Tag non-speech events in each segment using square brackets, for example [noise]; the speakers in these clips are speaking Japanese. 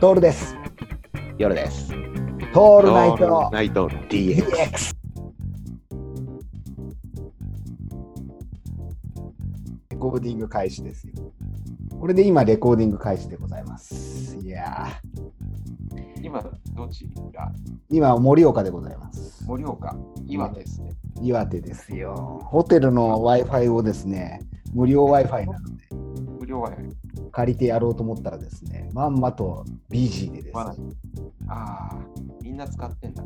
トールです。夜です。トオールナイトナイト DX。 DX。レコーディング開始ですよ。これで今、レコーディング開始でございます。いや今、どちらー、今、盛岡でございます。盛岡、岩手ですね。岩手ですよ。ホテルの Wi-Fi をですね、無料 Wi-Fi なので無料 Wi-Fi。借りてやろうと思ったらですね、まんまと BG でですまだね、ああ、みんな使ってんだ。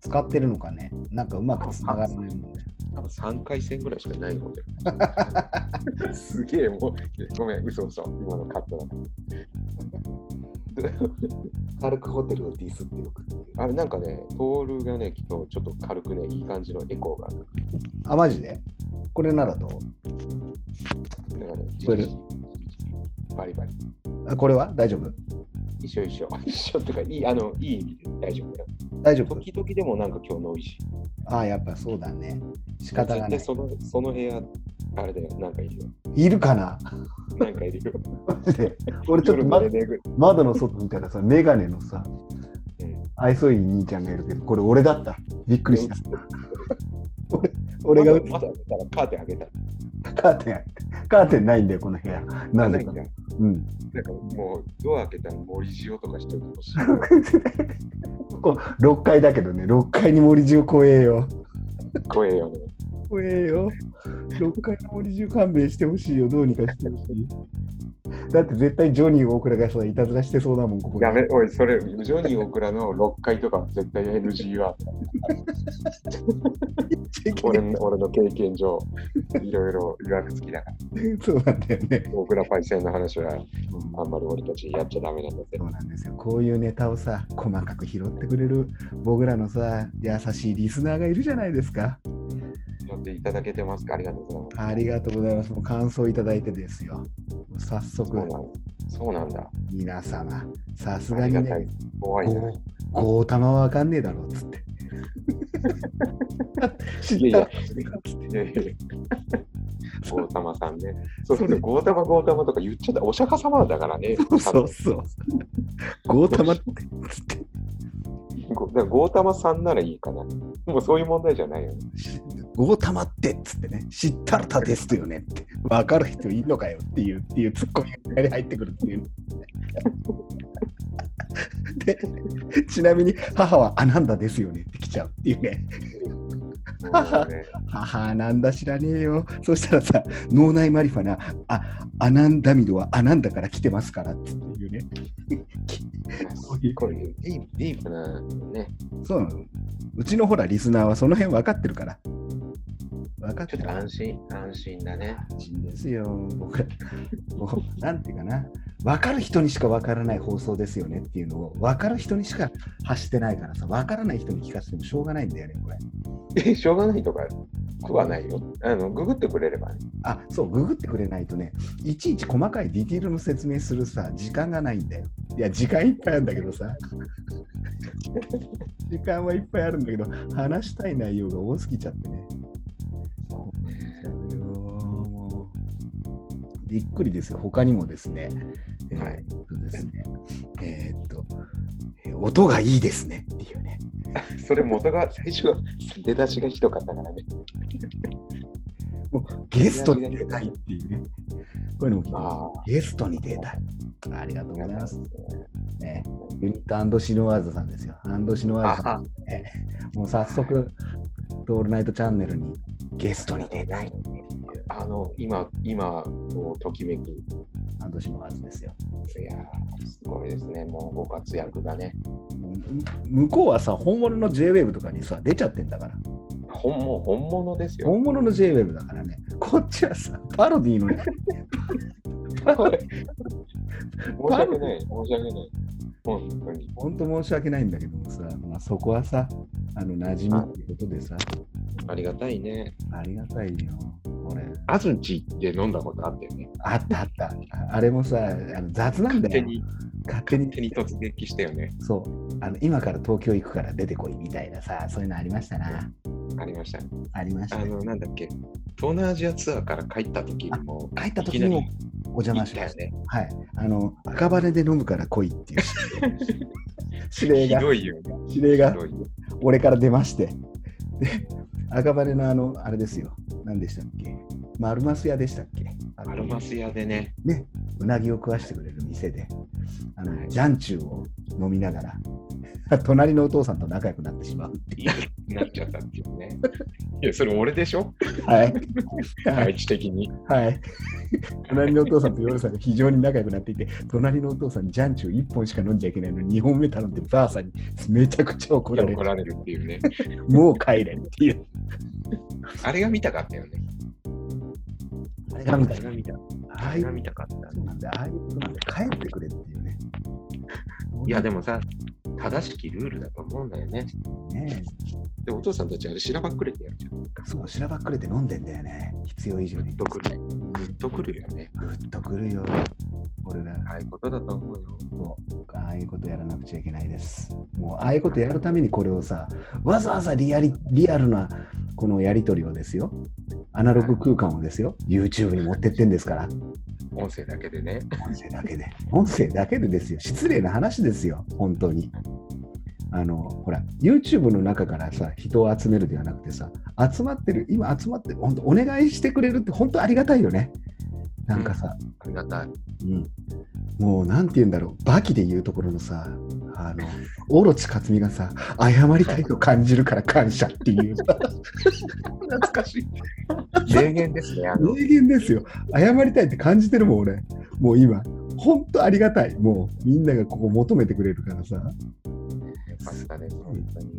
使ってるのかね、なんかうまくつながらないもんで。多分3回戦ぐらいしかないので。 [laughs] すげえ、もう、ごめん、嘘嘘。今のカットだ。軽くホテルをディスっておくっていう。あれ、なんかね、トールがね、きっとちょっと軽くね、いい感じのエコーが。あ、マジでこれならどうだからね、これバリバリ。あこれは大丈夫一緒一緒。一緒っていうか、いい、あの、いい意味で大丈夫だよ。大丈夫時々でもなんか今日ノイジー。ああ、やっぱそうだね。仕方がないで、。その、その部屋、あれだよ、なんかいるよ。いるか [laughs] ななんかい [laughs] るよ。俺ちょっと、ま夜、まで寝ぐ窓の外見たらさ、メガネのさうん、愛想いい兄ちゃんがいるけど、これ俺だった。びっくりした。 [laughs] 俺が窓映っ窓開けたらカーテン開けた。たカーテン、カーテンないんだよ、この部屋。なぜいかん。だうん。なんかもうドア開けたら森塩とかしてるかもしれ [laughs] ない。ここ6階だけどね、6階に森中怖えよ。怖えよね。怖えよ。6階の森中勘弁してほしいよ。どうにかしてほしい。だって絶対ジョニー大倉がさ、いたずらしてそうだもん、ここにやめ、おい、それ、ジョニー・オクラの6階とか絶対 NG は、俺の俺の経験上、いろいろ予約付きだから、 [laughs] そうなんだよね。オクラパイセンの話はあんまり俺たちやっちゃダメなんだってそ。うなんですよ。こういうネタをさ、細かく拾ってくれる僕らのさ、優しいリスナーがいるじゃないですか。乗っていただけてますかありがとうございます。ありがとうございます。もう感想いただいてですよ。早そうなん速、だ。そうなんだ。皆様、さすあがりにがたいね、。怖いな。 5、五玉はわかんねえだろ、つって。知いやっいた [laughs] や、いやいや。ゴータマさんね。そうそう、ゴータマ、ゴータマとか言っちゃった。お釈迦様だからね。そうそう。5玉って、つって。ごだからゴータマさんならいいかな。もうそういう問題じゃない [laughs] よね。 5玉ってっつってね、知ったらたですよねって、分かる人いいのかよっていうっていうツッコミがいきなり入ってくるっていう。 [laughs] で、ちなみに母はアナンダですよねって来ちゃうっていうね、もうね [laughs] 母アナンダ知らねえよ。そしたらさ、脳内マリファナ、あアナンダミドはアナンダから来てますからっていうね。こういうこういうディープディープなね、そうなの。うちのほら、リスナーはその辺分かってるから。分かってちょっると安心、安心だね。人ですよ、僕ら。もうなんていうかな、分かる人にしか分からない放送ですよねっていうのを、分かる人にしか発してないからさ、分からない人に聞かせてもしょうがないんだよね、これ。え、しょうがないとか、食わないよ。あの、ググってくれればね。あ、そう、ググってくれないとね、いちいち細かいディティールの説明するさ、時間がないんだよ。いや、時間いっぱいあるんだけどさ。 [laughs] 時間はいっぱいあるんだけど、話したい内容が多すぎちゃってね。いやーもうびっくりですよ、他にもですね、えーはいっとですねえーっと、えー音がいいですねっていうね、それ元が、最初は出だしがひどかったからね。もうゲストに出たいっていうね、こういうのも聞いてますあゲストに出たい。ありがとうございます。あ。ね、ユニットシノワーズさんですよ。アンドシノワーズさあん、もう早速、トールナイトチャンネルにゲストに出たい。あの、今、今、もうときめく。いアンドシノワーズですよ。やー、すごいですね。もうご活躍がね。む向こうはさ、本物の JWAVE とかにさ、出ちゃってんだから。本もう本物です [laughs] よ。本物の JWEB だからね、こっちはさ、パロディーの [laughs] ね、はい申し訳ない、申し訳ない。本当に。ほんと申し訳ないんだけどもさ、まあ、そこはさ、あの、馴染みってことでさ、ありがたいね。ありがたいよ、これ。安土で飲んだことあったよね。あったあった。ああれもさ、あの雑なん勝だ手よ。に、勝手勝に。手に突撃したよね。そう。あの、今から東京行くから出てこいみたいなさ、そういうのありましたな。ありました。ありましたあ。の、なんだっけ、東南アジアツアーから帰った時も、帰った時にもいきなりお邪魔しました。はい。あの、赤羽で飲むから来いって [laughs] いう指令ひが、どいよね。指令がひどいよ俺から出まして。で、赤羽のあの、あれですよ。何でしたっけ丸マス屋でしたっけあのアルマス屋でね、ね、うなぎを食わしてくれる店で、あの、はいジャンチューを飲みながら、隣のお父さんと仲良くなってしまうっていう。なっちゃったっていうね。いや、それ俺でしょ [laughs] はい。は配い。置的に。はい、隣のお父さんと夜さんが非常に仲良くなっていて、隣のお父さん、ジャンチュー1本しか飲んじゃいけないのに、2本目頼んで、ばあさんにめちゃくちゃ怒られ怒る。られるっていうね。もう帰れっていう。あれが見たかったよね。あれが見たい。見た。あああれいがう見たかった。そうなんだ、ああいうことなんだ、帰ってくれっていうね。いや、でもさ、正しきルールだと思うんだよね。ねで、お父さんたちあれ、しらばっくれてやるじゃん。えそう、しらばっくれて飲んでんだよね。必要以上グッに。とくる。グッとくるよね。グッとくるよ。俺ら、ああいうことだと思うよ。ああいうことやらなくちゃいけないです。もう、ああいうことやるためにこれをさ、わざわざリアリリアルなこのやり取りをですよ、アナログ空間をですよ、YouTube に持ってってんですから、音声だけでね。音声だけで。音声だけでですよ、失礼な話ですよ、本当に。あのほら YouTube の中からさ人を集めるではなくてさ集まってる今集まってる本当お願いしてくれるって本当ありがたいよねなんかさ、ありがたい。うん、もうなんて言うんだろう、バキで言うところのさ、あの、オロチ克美がさ、謝りたいと感じるから感謝っていう、懐かしい。 [laughs] 名言ですね。あの名言ですよ。謝りたいって感じてるもん、俺。もう今、ほんとありがたい。もう、みんながここ求めてくれるからさ、よかったです。本当に。